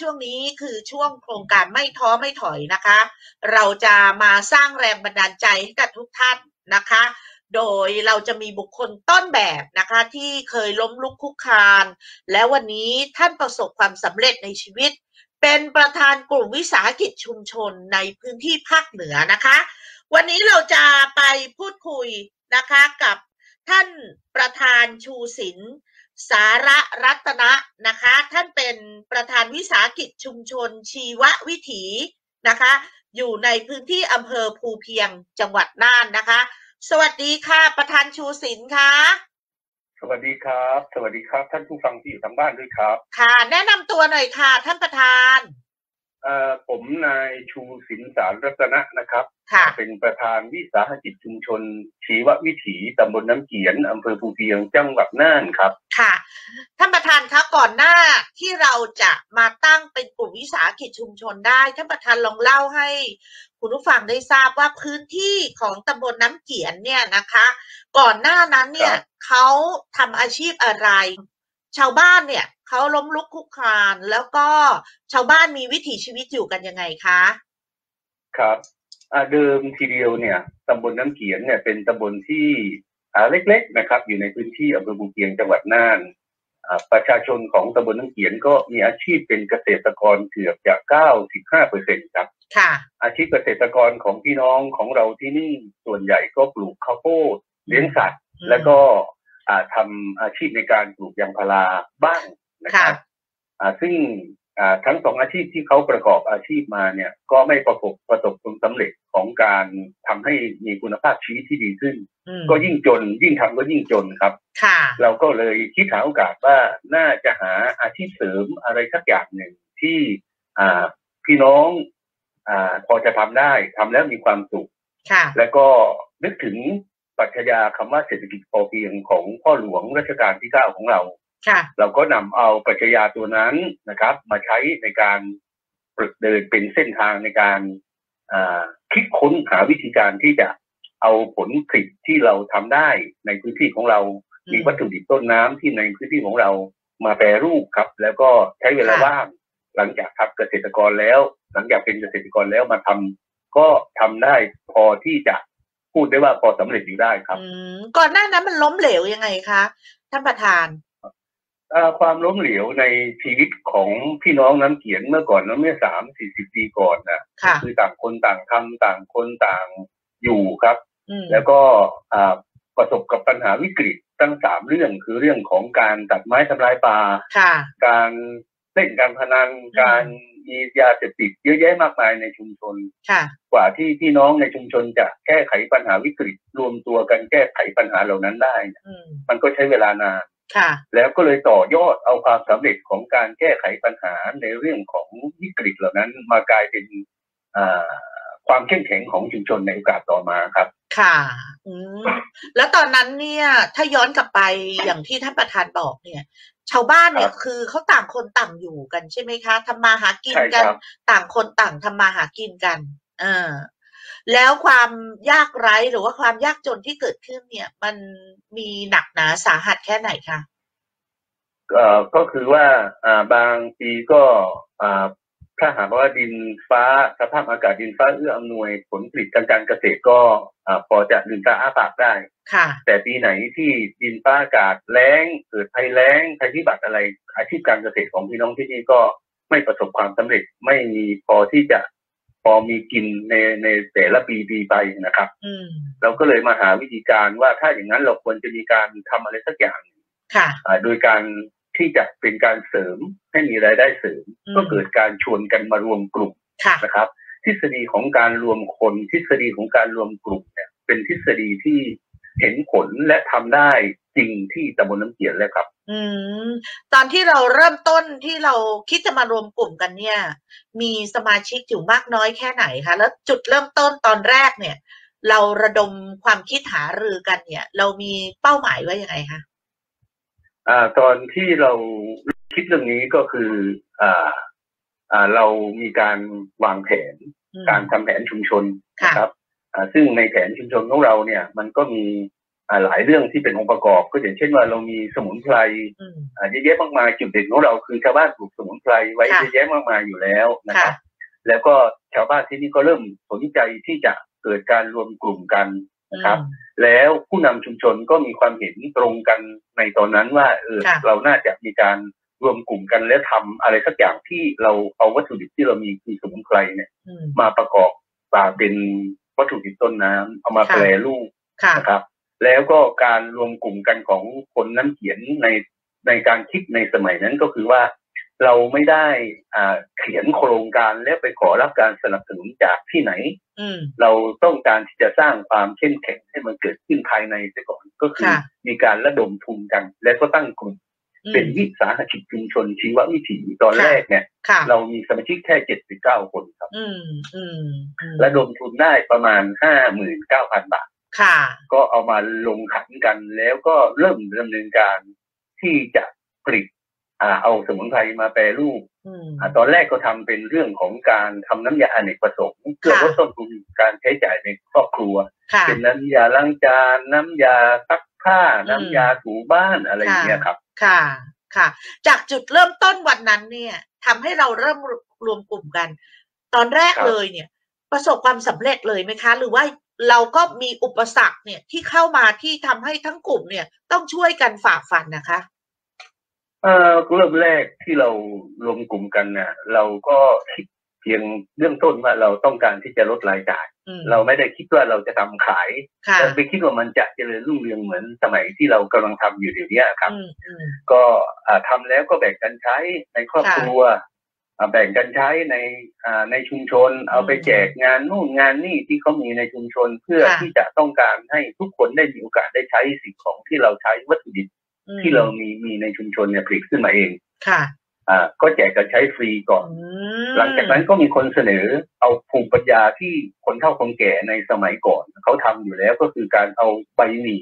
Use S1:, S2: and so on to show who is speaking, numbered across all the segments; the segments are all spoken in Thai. S1: ช่วงนี้คือช่วงโครงการไม่ท้อไม่ถอยนะคะ เราจะมาสร้างแรงบันดาลใจให้กับทุกท่านนะคะ โดยเราจะมีบุคคลต้นแบบนะคะ ที่เคยล้มลุกคลุกคลาน และวันนี้ท่านประสบความสำเร็จในชีวิต เป็นประธานกลุ่มวิสาหกิจชุมชนในพื้นที่ภาคเหนือนะคะ วันนี้เราจะไปพูดคุยนะคะกับท่านประธานชูศิลป์ สาระรัตนะนะคะ ท่านเป็นประธานวิสาหกิจชุมชนชีววิถีนะคะ อยู่ในพื้นที่อำเภอภูเพียงจังหวัดน่านนะคะ สวัสดีค่ะ ประธานชูศิลป์ค่ะ
S2: สวัสดีครับ สวัสดีครับ ท่านผู้ฟังที่อยู่ทางบ้านด้วยครับ
S1: ค่ะ แนะนำตัวหน่อยค่ะ ท่านประธาน
S2: เอ่อผมนายชูศิลป์สารรัตนะนะครับ
S1: ค่ะ
S2: เป็นประธานวิสาหกิจชุมชน ชีววิถีตำบลน้ำเขียนอำเภอภูเพียงจังหวัดน่านครับ
S1: ค่ะ ท่านประธานคะก่อนหน้าที่เราจะมาตั้งเป็นกลุ่มวิสาหกิจชุมชนได้ ท่านประธานลองเล่าให้ คุณผู้ฟังได้ทราบว่าพื้นที่ของตำบลน้ำเกียนเนี่ยนะคะ ก่อนหน้านั้นเนี่ย
S2: ครับ
S1: เขาทำอาชีพอะไร ชาวบ้านเนี่ยเขาล้มลุกคลุกคลาน แล้วก็ชาวบ้านมีวิถีชีวิตอยู่กันยังไงคะ
S2: ครับอ่าเดิมทีเดียวเนี่ยตำบลน้ำเขียนเนี่ยเป็นตำบลที่อ่าเล็กๆนะครับ อยู่ในพื้นที่อำเภอภูเพียงจังหวัดน่านอ่าประชาชนของตำบลน้ำเขียนก็มีอาชีพเป็นเกษตรกรเกือบจะ95เปอร์เซ็นต์ครับ
S1: ค่ะ
S2: อาชีพเกษตรกรของพี่น้องของเราที่นี่ส่วนใหญ่ก็ปลูกข้าวโพดเลี้ยงสัตว์ แล้วก็อ่าทำอาชีพในการปลูกยางพาราบ้างนะครับ
S1: ค่ะ
S2: อ่าซึ่งอ่าทั้งสองอาชีพที่เขาประกอบอาชีพมาเนี่ย ก็ไม่ประสบประสบผลสำเร็จของการทำให้มีคุณภาพชีวิตที่ดีขึ้น
S1: อืม
S2: ก็ยิ่งจน ยิ่งทำก็ยิ่งจนครับ
S1: ค่ะ
S2: เราก็เลยคิดหาโอกาสว่าน่าจะหาอาชีพเสริมอะไรสักอย่างหนึ่งที่อ่าพี่น้องอ่าพอจะทำได้ทำแล้วมีความสุข
S1: ค่ะ
S2: แล้วก็นึกถึงปรัชญาคำว่าเศรษฐกิจพอเพียงของพ่อหลวงรัชกาลที่เก้าของเรา
S1: ค่ะ
S2: เราก็นำเอาปรัชญาตัวนั้นนะครับ มาใช้ในการฝึกเดินเป็นเส้นทางในการอ่าคิดค้นหาวิธีการที่จะเอาผลผลิตที่เราทำได้ในพื้นที่ของเรา มีวัตถุดิบต้นน้ำที่ในพื้นที่ของเรามาแปรรูปครับ แล้วก็ใช้เวลา
S1: ค่ะ
S2: ว่างหลังจากทำเกษตรกรแล้ว หลังจากเป็นเกษตรกรแล้วมาทำก็ทำได้พอที่จะพูดได้ว่าพอสำเร็จอยู่ได้ครับ
S1: อืมก่อนหน้านั้นมันล้มเหลวยังไงคะ ท่านประธาน
S2: เอ่อความล้มเหลวในชีวิตของพี่น้องน้ำเขียนเมื่อก่อนนะเมื่อสามสี่สิบปีก่อนนะ
S1: ค่ะ
S2: คือต่างคนต่างทำต่างคนต่างอยู่ครับ
S1: อืม
S2: แล้วก็อ่าประสบกับปัญหาวิกฤตตั้งสามเรื่องคือเรื่องของการตัดไม้ทำลายป่า
S1: ค่ะ
S2: การเล่นการพนันการมียาเสพติดเยอะแยะมากมายในชุมชน
S1: ค่ะ
S2: กว่าที่พี่น้องในชุมชนจะแก้ไขปัญหาวิกฤต รวมตัวกันแก้ไขปัญหาเหล่านั้นได้เนี่ย
S1: อืม
S2: มันก็ใช้เวลานาน
S1: ค่ะ
S2: แล้วก็เลยต่อยอดเอาความสำเร็จของการแก้ไขปัญหาในเรื่องของวิกฤตเหล่านั้นมากลายเป็นอ่าความเข้มแข็งของชุมชนในโอกาสต่อมาครับ
S1: ค่ะ อืม แล้วตอนนั้นเนี่ย ถ้าย้อนกลับไปอย่างที่ท่านประธานบอกเนี่ย ชาวบ้านเนี่ย
S2: ครับ
S1: คือเขาต่างคนต่างอยู่กันใช่ไหมคะทำมาหากิน
S2: ใช่
S1: กั
S2: ครับ
S1: ต่างคนต่างทำมาหากินกัน เออ แล้วความยากไร้หรือว่าความยากจนที่เกิดขึ้นเนี่ย มันมีหนักหนาสาหัสแค่ไหนคะ
S2: เอ่อก็คือว่าอ่าบางปีก็อ่าถ้าหากว่าดินฟ้าสภาพอากาศดินฟ้าเอื้ออำนวยผลผลิตทางการเกษตรก็อ่าพอจะลืมตาอ้าปากได้
S1: ค่ะ
S2: แต่ปีไหนที่ดินฟ้าอากาศแล้งเกิดภัยแล้งภัยพิบัติอะไรอาชีพการเกษตรของพี่น้องที่นี่ก็ไม่ประสบความสำเร็จไม่มีพอที่จะพอมีกินในในแต่ละปีปีไปนะครับ
S1: อืม
S2: เราก็เลยมาหาวิธีการว่าถ้าอย่างนั้นเราควรจะมีการทำอะไรสักอย่าง
S1: ค่ะ
S2: อ่าโดยการที่จะเป็นการเสริมให้มีรายได้เสริม
S1: อืม
S2: ก็เกิดการชวนกันมารวมกลุ่ม
S1: ค่ะ
S2: นะครับ ทฤษฎีของการรวมคนทฤษฎีของการรวมกลุ่มเนี่ยเป็นทฤษฎีที่เห็นผลและทำได้จริงที่ตำบลน้ำเกียนแล้วครับ
S1: อืม ตอนที่เราเริ่มต้นที่เราคิดจะมารวมกลุ่มกันเนี่ย มีสมาชิกอยู่มากน้อยแค่ไหนคะ แล้วจุดเริ่มต้นตอนแรกเนี่ย เราระดมความคิดหารือกันเนี่ย เรามีเป้าหมายไว้ยังไงคะ
S2: อ่าตอนที่เราคิดเรื่องนี้ก็คืออ่าอ่าเรามีการวางแผน
S1: อืม
S2: การทำแผนชุมชน
S1: ค่ะ
S2: นะครับอ่าซึ่งในแผนชุมชนของเราเนี่ยมันก็มี อ่าหลายเรื่องที่เป็นองค์ประกอบ ก็อย่างเช่นว่าเรามีสมุนไพร
S1: อืม
S2: อ่าเยอะแยะมากมายจุดเด่นของเราคือชาวบ้านปลูกสมุนไพรไว้
S1: ค่ะ
S2: เยอะแยะมากมายอยู่แล้วนะค
S1: ค่ะ
S2: รับ แล้วก็ชาวบ้านที่นี่ก็เริ่มสนใจที่จะเกิดการรวมกลุ่มกัน นะครับ แล้วผู้นำชุมชนก็มีความเห็นตรงกันในตอนนั้นว่าเออ
S1: ค่ะ
S2: เราน่าจะมีการรวมกลุ่มกันและทำอะไรสักอย่างที่เราเอาวัตถุดิบที่เรามีคือสมุนไพรเนี่ย
S1: อืม
S2: มาประกอบมาเป็นวัตถุดิบต้นน้ำเอามา
S1: ค่ะ
S2: แปรรูป
S1: ค่ะ
S2: นะครับ แล้วก็การรวมกลุ่มกันของคนนั้นเขียนในในการคิดในสมัยนั้นก็คือว่าเราไม่ได้อ่าเขียนโครงการและไปขอรับการสนับสนุนจากที่ไหน
S1: อืม
S2: เราต้องการที่จะสร้างความเข้มแข็งให้มันเกิดขึ้นภายในเสียก่อนก็คือ
S1: ค่ะ
S2: มีการระดมทุนกัน และก็ตั้งกลุ่ม
S1: อืม
S2: เป็นวิสาหกิจชุมชนชีววิถีตอน
S1: ค่ะ
S2: แรกเนี่ย
S1: ค่ะ
S2: เรามีสมาชิกแค่ 79 คนครับ
S1: อืม อืมอืม
S2: ระดมทุนได้ประมาณ 59,000 บาท
S1: ค่ะ
S2: ก็เอามาลงขันกันแล้วก็เริ่มดำเนินการที่จะผลิตอ่าเอาสมุนไพรมาแปรรูป
S1: อืม
S2: อ่าตอนแรกก็ทำเป็นเรื่องของการทำน้ำยาอเนกประสงค์เพื่อ
S1: ค่ะ
S2: ลดต้นทุนการใช้จ่ายในครอบครัว
S1: ค่ะ
S2: เป็นน้ำยาล้างจานน้ำยาซักผ้า
S1: อืม
S2: น้ำยาถูบ้านอะไรอย่างเงี้ยครับ
S1: ค่ะ ค่ะ จากจุดเริ่มต้นวันนั้นเนี่ยทำให้เราเริ่มรวมกลุ่มกัน ตอนแรก
S2: ครับ
S1: เลยเนี่ย ประสบความสำเร็จเลยไหมคะ หรือว่าเราก็มีอุปสรรคเนี่ยที่เข้ามาที่ทำให้ทั้งกลุ่มเนี่ยต้องช่วยกันฝ่าฟันนะคะ
S2: เอ่อเริ่มแรกที่เรารวมกลุ่มกันน่ะเราก็คิดเพียงเรื่องต้นว่าเราต้องการที่จะลดรายจ่าย
S1: อืม
S2: เราไม่ได้คิดว่าเราจะทำขาย
S1: ค่ะ
S2: แต่ไปคิดว่ามันจะเจริญรุ่งเรืองเหมือนสมัยที่เรากำลังทำอยู่เดี๋ยวเนี้ยครับ
S1: อืมอืม
S2: ก็อ่าทำาแล้วก็แบ่งกันใช้ในครอบครัวอ่าแบ่งกันใช้ในอ่าในชุมชน เอาไปแจกงานนู่นงานนี่ที่เขามีในชุมชนเพื่อ
S1: ค่ะ
S2: ที่จะต้องการให้ทุกคนได้มีโอกาสได้ใช้สิ่งของที่เราใช้วัตถุดิบ
S1: อืม
S2: ที่เรามีมีในชุมชนเนี่ยผลิตขึ้นมาเอง
S1: ค่ะ
S2: อ่าก็แจกกันใช้ฟรีก่อน
S1: อืม
S2: หลังจากนั้นก็มีคนเสนอเอาภูมิปัญญาที่คนเฒ่าคนแก่ในสมัยก่อนเขาทำอยู่แล้วก็คือการเอาใบหมี่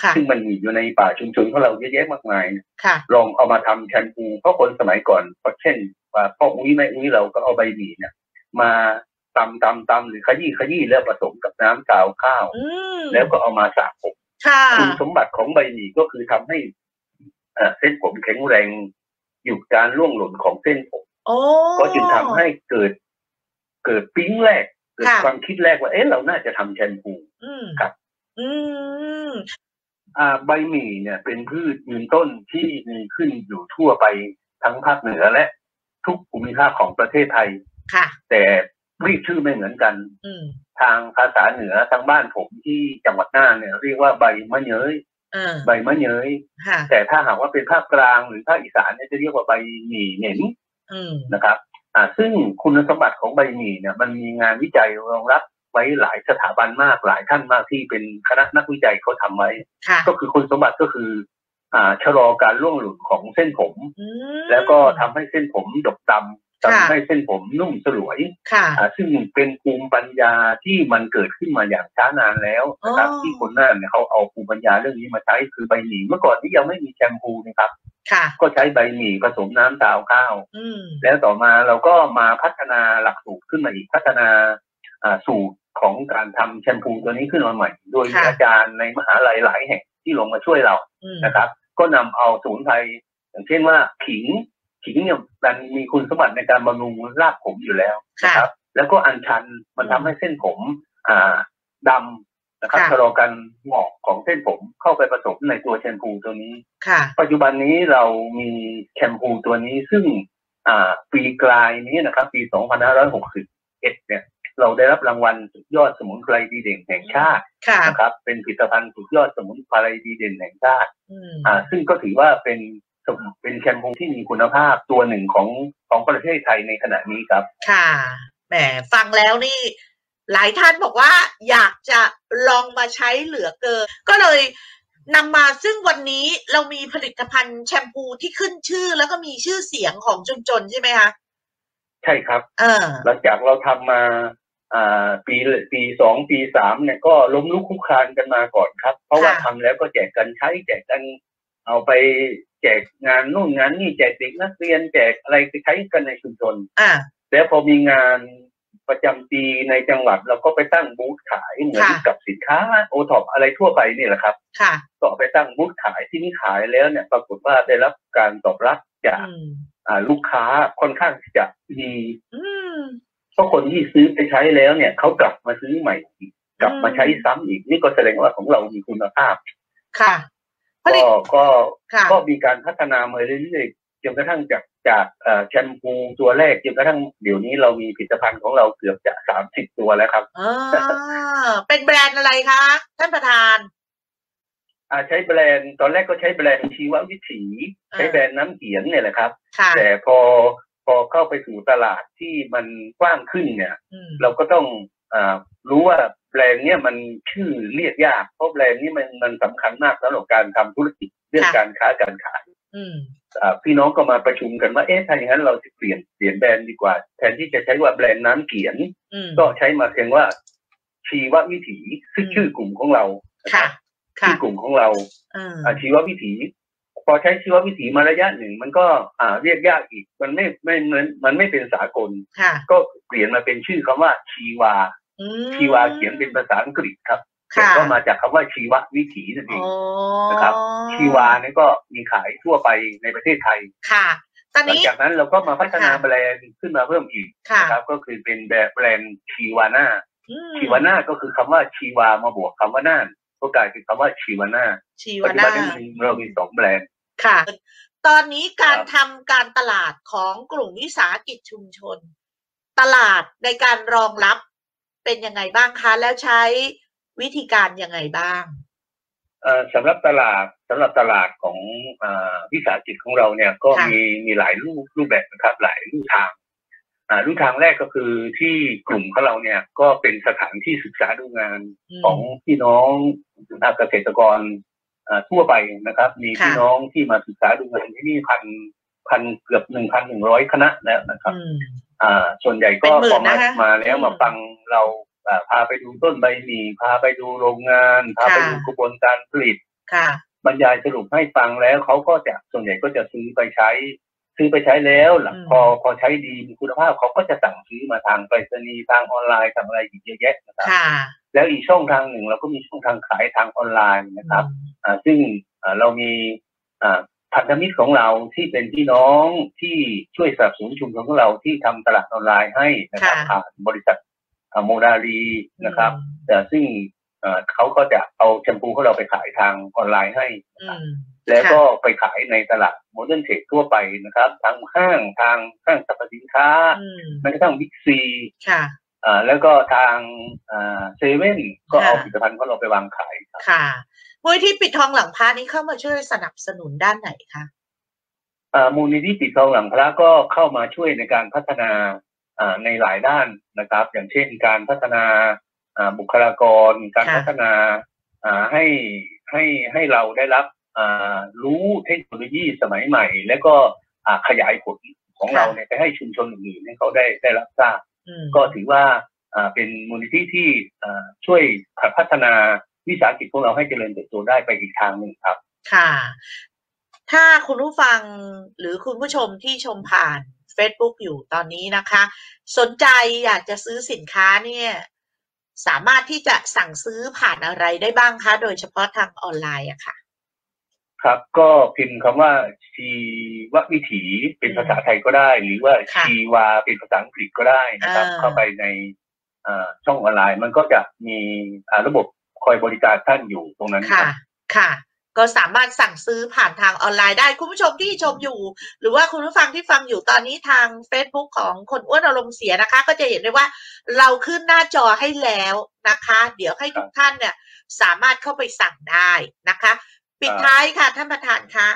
S1: ค่ะ
S2: ซึ่งมันมีอยู่ในป่าชุมชนของเราเยอะแยะมากมาย
S1: ค่ะ
S2: ลองเอามาทำแชมพูเพราะคนสมัยก่อนเช่นว่าพ่ออุ้ยแม่อุ้ยเราก็เอาใบหมี่เนี่ย มาตำตำตำหรือขยี้ขยี้แล้วผสมกับน้ำกาวข้าว
S1: อืม
S2: แล้วก็เอามาสระผม
S1: ค่ะ
S2: คุณสมบัติของใบหมี่ก็คือทำให้เอ่อเส้นผมแข็งแรงหยุดการร่วงหล่นของเส้นผม
S1: โอ้
S2: ก็จึงทำให้เกิด เกิดปิ๊งแรกเกิด
S1: ค่ะ
S2: ความคิดแรกว่าเอ๊ะเราน่าจะทำแชมพู
S1: อืม
S2: ครับ
S1: อืม
S2: อ่าใบหมี่เนี่ยเป็นพืชยืนต้นที่มีขึ้นอยู่ทั่วไปทั้งภาคเหนือและทุกภูมิภาคของประเทศไทย
S1: ค่ะ
S2: แต่เรียกชื่อไม่เหมือนกัน
S1: อืม
S2: ทางภาษาเหนือทางบ้านผมที่จังหวัดน่านเนี่ยเรียกว่าใบมะเยย
S1: เออ
S2: ใบมะเยย
S1: ค่ะ
S2: แต่ถ้าหากว่าเป็นภาคกลางหรือภาคอีสานเนี่ยจะเรียกว่าใบหมี่เหม็น
S1: อืม
S2: นะครับอ่าซึ่งคุณสมบัติของใบหมี่เนี่ยมันมีงานวิจัยรองรับไว้หลายสถาบันมากหลายท่านมากที่เป็นคณะนักวิจัยเขาทำไว้
S1: ค่ะ
S2: ก็คือคุณสมบัติก็คือ อ่าชะลอการร่วงหลุดของเส้นผม
S1: อืม
S2: แล้วก็ทำให้เส้นผมดกดำ
S1: ค่ะ
S2: ทำให้เส้นผมนุ่มสลวย
S1: ค่ะ
S2: อ่าซึ่งเป็นภูมิปัญญาที่มันเกิดขึ้นมาอย่างช้านานแล้วนะครับ
S1: อ๋อ
S2: ที่คนน่านเนี่ยเขาเอาภูมิปัญญาเรื่องนี้มาใช้คือใบหมี่เมื่อก่อนที่ยังไม่มีแชมพูนะครับ
S1: ค่ะ
S2: ก็ใช้ใบหมี่ผสมน้ำตาวข้าว
S1: อืม
S2: แล้วต่อมาเราก็มาพัฒนาหลักสูตรขึ้นมาอีกพัฒนาอ่าสูตรของการทำแชมพูตัวนี้ขึ้นมาใหม่ โดยมี
S1: ค่ะ
S2: อาจารย์ในมหาลัยหลายแห่งที่ลงมาช่วยเรา
S1: อืม
S2: นะครับก็นำเอาสมุนไพรอย่างเช่นว่าขิงขิงเนี่ยมันมีคุณสมบัติในการบำรุงรากผมอยู่แล้ว
S1: ค่ะ
S2: นะครับ แล้วก็อัญชันมันทำให้เส้นผมอ่าดำนะครับ
S1: ค่ะ
S2: ชะลอการหงอกของเส้นผมเข้าไปผสมในตัวแชมพูตัวนี้
S1: ค่ะ
S2: ปัจจุบันนี้เรามีแชมพูตัวนี้ซึ่งอ่าปีกลายนี้นะครับ ปี 2561 เนี่ย เราได้รับรางวัลสุดยอดสมุนไพรดีเด่นแห่งชาติ
S1: ค่ะ
S2: นะครับ เป็นผลิตภัณฑ์สุดยอดสมุนไพรดีเด่นแห่งชาติ
S1: อืม
S2: อ่าซึ่งก็ถือว่าเป็นสมเป็นแชมพูที่มีคุณภาพตัวหนึ่งของของประเทศไทยในขณะนี้ครับ
S1: ค่ะ แหม ฟังแล้วนี่ หลายท่านบอกว่าอยากจะลองมาใช้เหลือเกิน ก็เลยนำมาซึ่งวันนี้เรามีผลิตภัณฑ์แชมพูที่ขึ้นชื่อแล้วก็มีชื่อเสียงของชุมชนใช่ไหมคะ
S2: ใช่ครับ
S1: เออ
S2: หลังจากเราทำมาอ่าปีปีสองปีสามเนี่ยก็ล้มลุกคลุกคลานกันมาก่อนครับ เพราะว่าทำแล้วก็แจกกันใช้แจกกันเอาไปแจกงานนู่นงานนี่แจกเด็กนักเรียนแจกอะไรไปใช้กันในชุมชน
S1: อ่า
S2: แล้วพอมีงานป ประจำปีในจังหวัดเราก็ไปตั้งบูธขายเหมือน
S1: ค่ะ
S2: กับสินค้าโอท็อปอะไรทั่วไปนี่แหละครับ
S1: ค่ะ
S2: ก็เอาไปตั้งบูธขายที่นี่ขายแล้วเนี่ยปรากฏว่าได้รับการตอบรับจาก
S1: อืม
S2: อ่าลูกค้าค่อนข้างที่จะดี
S1: อืม
S2: เพราะคนที่ซื้อไปใช้แล้วเนี่ยเขากลับมาซื้อใหม่อีกกลับมาใช้ซ้ำอีกนี่ก็แสดงว่าของเรามีคุณภาพ
S1: ค่ะผลิ
S2: ก็
S1: ต
S2: ก็
S1: ค่ะ
S2: ก็มีการพัฒนามาเรื่อยๆจนกระทั่งจากจากเอ่อแชมพูตัวแรกจนกระทั่งเดี๋ยวนี้เรามีผลิตภัณฑ์ของเราเกือบจะสามสิบตัวแล้วครับ
S1: เออ เป็นแบรนด์อะไรคะ ท่านประธาน
S2: อ่าใช้แบรนด์ตอนแรกก็ใช้แบรนด์ชีววิถีใช้แบรนด์น้ำเขียนเนี่ยแหละครับ
S1: ค่ะ
S2: แต่พอพอเข้าไปสู่ตลาดที่มันกว้างขึ้นเนี่ย
S1: อืม
S2: เราก็ต้องอารู้ว่าแบรนด์เนี่ยมันชื่อเรียกยากเพราะแบรนด์นี่มันมันสำคัญมากสำหรับการทำธุรกิจเรื่องการค้าการขาย
S1: อืม
S2: อ่าพี่น้องก็มาประชุมกันว่าเอ๊ะถ้าอย่างนั้นเราจะเปลี่ยนเปลี่ยนแบรนด์ดีกว่า แทนที่จะใช้ว่าแบรนด์น้ำเขียน
S1: อืม
S2: ก็ใช้มาเพียงว่าชีววิถีซึ่งชื่อกลุ่มของเรา
S1: ค่ะ ค่ะ
S2: ชื่อกลุ่มของเรา
S1: เออ
S2: อาชีววิถี พอใช้ชีววิถีมาระยะหนึ่ง มันก็อ่าเรียกยากอีก มันไม่ไม่เหมือนมันไม่เป็นสากล
S1: ค่ะ
S2: ก็เปลี่ยนมาเป็นชื่อคำว่า ชีวา
S1: อืม
S2: ชีวาเขียนเป็นภาษาอังกฤษครับ
S1: ค่ะ
S2: ก็มาจากคำว่าชีววิถีนั่นเอ
S1: อ๋
S2: ง
S1: อ
S2: นะครับ ชีวาเนี่ยก็มีขายทั่วไปในประเทศไทย
S1: ค่ะ ตอน
S2: หลัง
S1: นี้
S2: จากนั้นเราก็มาพัฒนา
S1: ค่ะ
S2: แบรนด์ขึ้นมาเพิ่มอีก
S1: ค่ะ
S2: นะครับ ก็คือเป็นแบบแบรนด์ชีวาน่า
S1: อืม
S2: ชีวาน่าก็คือคำว่าชีวามาบวกคำว่าน่านก็กลายเป็นคำว่าชีวาน่า
S1: ชี
S2: ปัจ
S1: วานา
S2: จุบันนี้เรามีสองแบรนด์
S1: ค่ะ ตอนนี้การ
S2: ครับ
S1: ทำการตลาดของกลุ่มวิสาหกิจชุมชน ตลาดในการรองรับเป็นยังไงบ้างคะ แล้วใช้วิธีการยังไงบ้าง
S2: เอ่อสำหรับตลาดสำหรับตลาดของเออวิสาหกิจของเราเนี่ยก็
S1: ค่ะ
S2: มีมีหลายรูปรูปแบบนะครับหลายรูปทางอ่ารูปทางแรกก็คือที่กลุ่มของเราเนี่ยก็เป็นสถานที่ศึกษาดูงานของพี่น้องอาเกษตรกรอ่าทั่วไปนะครับ มี
S1: ค่ะ
S2: พี่น้องที่มาศึกษาดูงานที่นี่พันพันเกือบหนึ่งพันหนึ่งร้อยคณะแล้วนะครับ
S1: อืม
S2: อ่าส่วนใหญ่ก็
S1: เป็นหมื่
S2: พอน มา
S1: นะคะ
S2: มาแล้ว
S1: อืม
S2: มาฟังเราอ่าพาไปดูต้นใบหมี่พาไปดูโรงงาน พาไป
S1: ค่ะ
S2: ดูกระบวนการผลิต
S1: ค่ะ
S2: บรรยายสรุปให้ฟังแล้วเขาก็จะส่วนใหญ่ก็จะซื้อไปใช้ ซื้อไปใช้แล้วหลัง
S1: อืม
S2: พอพอใช้ดีมีคุณภาพเขาก็จะสั่งซื้อมาทางไปรษณีย์ทางออนไลน์ทางอะไรอีกเยอะแยะนะครับ
S1: ค่ะ
S2: แล้วอีกช่องทางหนึ่งเราก็มีช่องทางขายทางออนไลน์นะครับ
S1: อืม
S2: อ่าซึ่งอ่าเรามีอ่าพันธมิตรของเราที่เป็นพี่น้องที่ช่วยสนับสนุนชุมชนของเราที่ทำตลาดออนไลน์ให้นะครับ
S1: ค่ะ
S2: ผ่านบริษัทอ่าโมดารีนะครับแต่ซึ่งอ่าเขาก็จะเอาแชมพูของเราไปขายทางออนไลน์ให้
S1: อืม
S2: แล้วก็ไปขายในตลาดโมเดิร์นเทรดทั่วไปนะครับทางห้างทางห้างสรรพสินค้า
S1: อืม
S2: แม้กระทั่งบิ๊กซี
S1: ค่ะ
S2: อ่าแล้วก็ทางเซเว่นก็เอา
S1: ค่ะ
S2: ผลิตภัณฑ์ของเราไปวางขายครับ
S1: ค่ะมูลที่ปิดทองหลังพระนี้เข้ามาช่วยสนับสนุนด้านไหนคะ
S2: อ่ามูลนิธิปิดทองหลังพระก็เข้ามาช่วยในการพัฒนาอ่าในหลายด้านนะครับ อย่างเช่นการพัฒนาอ่าบุคลากร การ
S1: ค่ะ
S2: พัฒนาอ่าให้ให้ให้เราได้รับอ่ารู้เทคโนโลยีสมัยใหม่ แล้วก็อ่าขยายผลของเราเนี่ยไปให้ชุมชนอื่นๆให้เขาได้ได้รับทราบ
S1: อืม
S2: ก็ถือว่าอ่าเป็นมูลนิธิที่อ่าช่วยพัฒนาวิสาหกิจของเราให้เจริญเติบโตได้ไปอีกทางหนึ่งครับ
S1: ค่ะ ถ้าคุณผู้ฟังหรือคุณผู้ชมที่ชมผ่าน Facebook อยู่ตอนนี้นะคะ สนใจอยากจะซื้อสินค้าเนี่ย สามารถที่จะสั่งซื้อผ่านอะไรได้บ้างคะ โดยเฉพาะทางออนไลน์อะค่ะ
S2: ครับ ก็พิมพ์คำว่าชีววิถีเป็นภาษาไทยก็ได้ หรือว่า
S1: ค่ะ
S2: ชีวาเป็นภาษาอังกฤษก็ได้นะครับ
S1: อ่า
S2: เข้าไปในอ่าช่องออนไลน์ มันก็จะมีอ่าระบบคอยบริการท่านอยู่ตรงนั้นค
S1: ค่ะ
S2: รับ
S1: ค่ะ ก็สามารถสั่งซื้อผ่านทางออนไลน์ได้ คุณผู้ชมที่ชมอยู่ หรือว่าคุณผู้ฟังที่ฟังอยู่ตอนนี้ทาง Facebook ของคนอ้วนอารมณ์เสียนะคะ ก็จะเห็นได้ว่าเราขึ้นหน้าจอให้แล้วนะคะ เดี๋ยวให้ทุกท่านเนี่ยสามารถเข้าไปสั่งได้นะคะ ปิดท้ายค่ะท่านประธานคะ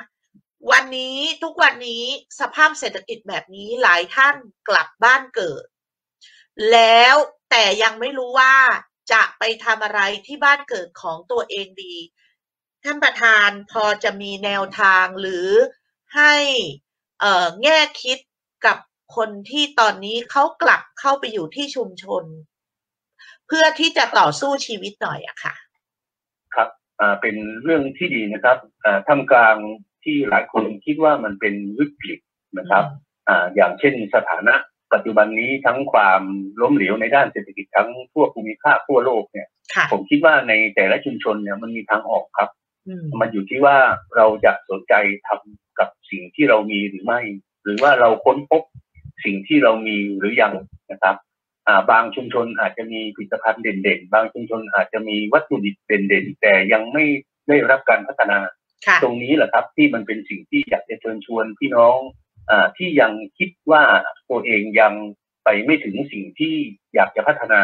S1: วันนี้ทุกวันนี้สภาพเศรษฐกิจแบบนี้หลายท่านกลับบ้านเกิด แล้วแต่ยังไม่รู้ว่าจะไปทำอะไรที่บ้านเกิดของตัวเองดี ท่านประธานพอจะมีแนวทางหรือให้เอ่อแง่คิดกับคนที่ตอนนี้เขากลับเข้าไปอยู่ที่ชุมชน เพื่อที่จะต่อสู้ชีวิตหน่อยอะค่ะ
S2: อ่าเป็นเรื่องที่ดีนะครับอ่าท่ามกลางที่หลายคนคิดว่ามันเป็นวิกฤตนะครับ อ่าอย่างเช่นสถานะ ปัจจุบันนี้ทั้งความล้มเหลวในด้านเศรษฐกิจทั้งทั่วภูมิภาคทั่วโลกเนี่ย
S1: ค่ะ
S2: ผมคิดว่าในแต่ละชุมชนเนี่ยมันมีทางออกครับ
S1: อืม
S2: มันอยู่ที่ว่าเราจะสนใจทำกับสิ่งที่เรามีหรือไม่ หรือว่าเราค้นพบสิ่งที่เรามีหรือยังนะครับอ่าบางชุมชนอาจจะมีผลิตภัณฑ์เด่นๆ บางชุมชนอาจจะมีวัตถุดิบเด่นๆ แต่ยังไม่ได้รับการพัฒนา
S1: ค่ะ
S2: ตรงนี้แหละครับที่มันเป็นสิ่งที่อยากจะเชิญชวนพี่น้องอาที่ยังคิดว่าตัวเองยังไปไม่ถึงสิ่งที่อยากจะพัฒนา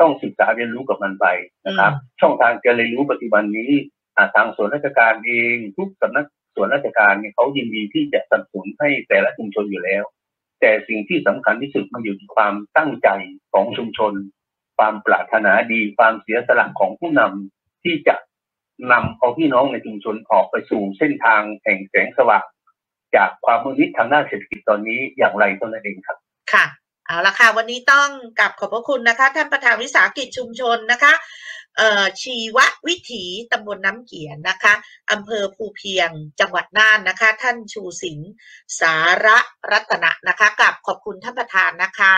S2: ต้องศึกษาเรียนรู้กับมันไปนะครับ ช่องทางการเรียนรู้ปัจจุบันนี้อ่าทางส่วนราชการเอง ทุกสำนักส่วนราชการเนี่ยเขายินดีที่จะสนับสนุนให้แต่ละชุมชนอยู่แล้ว แต่สิ่งที่สำคัญที่สุดมันอยู่ที่ความตั้งใจของชุมชน ความปรารถนาดีความเสียสละของผู้นำที่จะนำเอาพี่น้องในชุมชนออกไปสู่เส้นทางแห่งแสงสว่างจากความมืดมิดทางด้านเศรษฐกิจตอนนี้อย่างไรเท่านั้นเองครับ
S1: ค่ะเอาละค่ะ วันนี้ต้องกลับขอบพระคุณนะคะ ท่านประธานวิสาหกิจชุมชนนะคะเอ่อชีววิถีตำบลน้ำเกียนนะคะอำเภอภูเพียงจังหวัดน่านนะคะ ท่านชูสิงห์สาระรัตนะนะคะกลับขอบคุณท่านประธานนะคะ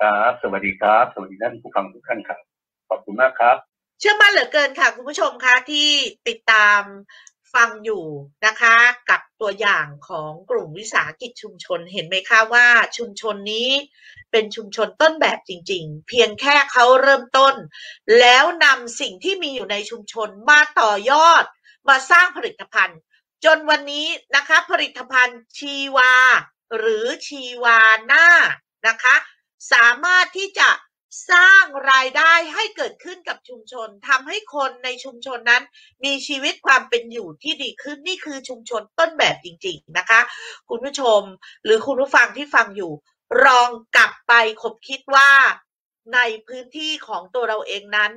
S2: ครับ สวัสดีครับ สวัสดีท่านผู้ฟังทุกท่านครับ ขอบคุณมากครับ
S1: เชื่อมั่นเหลือเกินค่ะคุณผู้ชมคะที่ติดตามฟังอยู่นะคะ กับตัวอย่างของกลุ่มวิสาหกิจชุมชนเห็นไหมคะว่าชุมชนนี้เป็นชุมชนต้นแบบจริง ๆ เพียงแค่เขาเริ่มต้น แล้วนำสิ่งที่มีอยู่ในชุมชนมาต่อยอด มาสร้างผลิตภัณฑ์ จนวันนี้นะคะผลิตภัณฑ์ชีวา หรือชีวาน่านะคะ สามารถที่จะสร้างรายได้ให้เกิดขึ้นกับชุมชนทำให้คนในชุมชนนั้น มีชีวิตความเป็นอยู่ที่ดีขึ้นนี่คือชุมชนต้นแบบจริง ๆนะคะ คุณผู้ชมหรือคุณผู้ฟังที่ฟังอยู่ ลองกลับไปคบคิดว่า ในพื้นที่ของตัวเราเองนั้น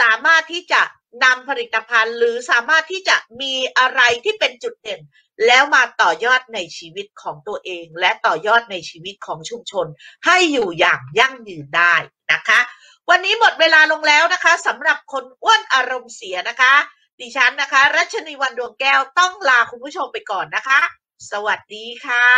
S1: สามารถที่จะนำผลิตภัณฑ์ หรือสามารถที่จะมีอะไรที่เป็นจุดเด่น แล้วมาต่อยอดในชีวิตของตัวเอง และต่อยอดในชีวิตของชุมชน ให้อยู่อย่างยั่งยืนได้นะคะ วันนี้หมดเวลาลงแล้วนะคะสำหรับคนอ้วนอารมณ์เสียนะคะ ดิฉันนะคะ รัชนีวันดวงแก้วต้องลาคุณผู้ชมไปก่อนนะคะ สวัสดีค่ะ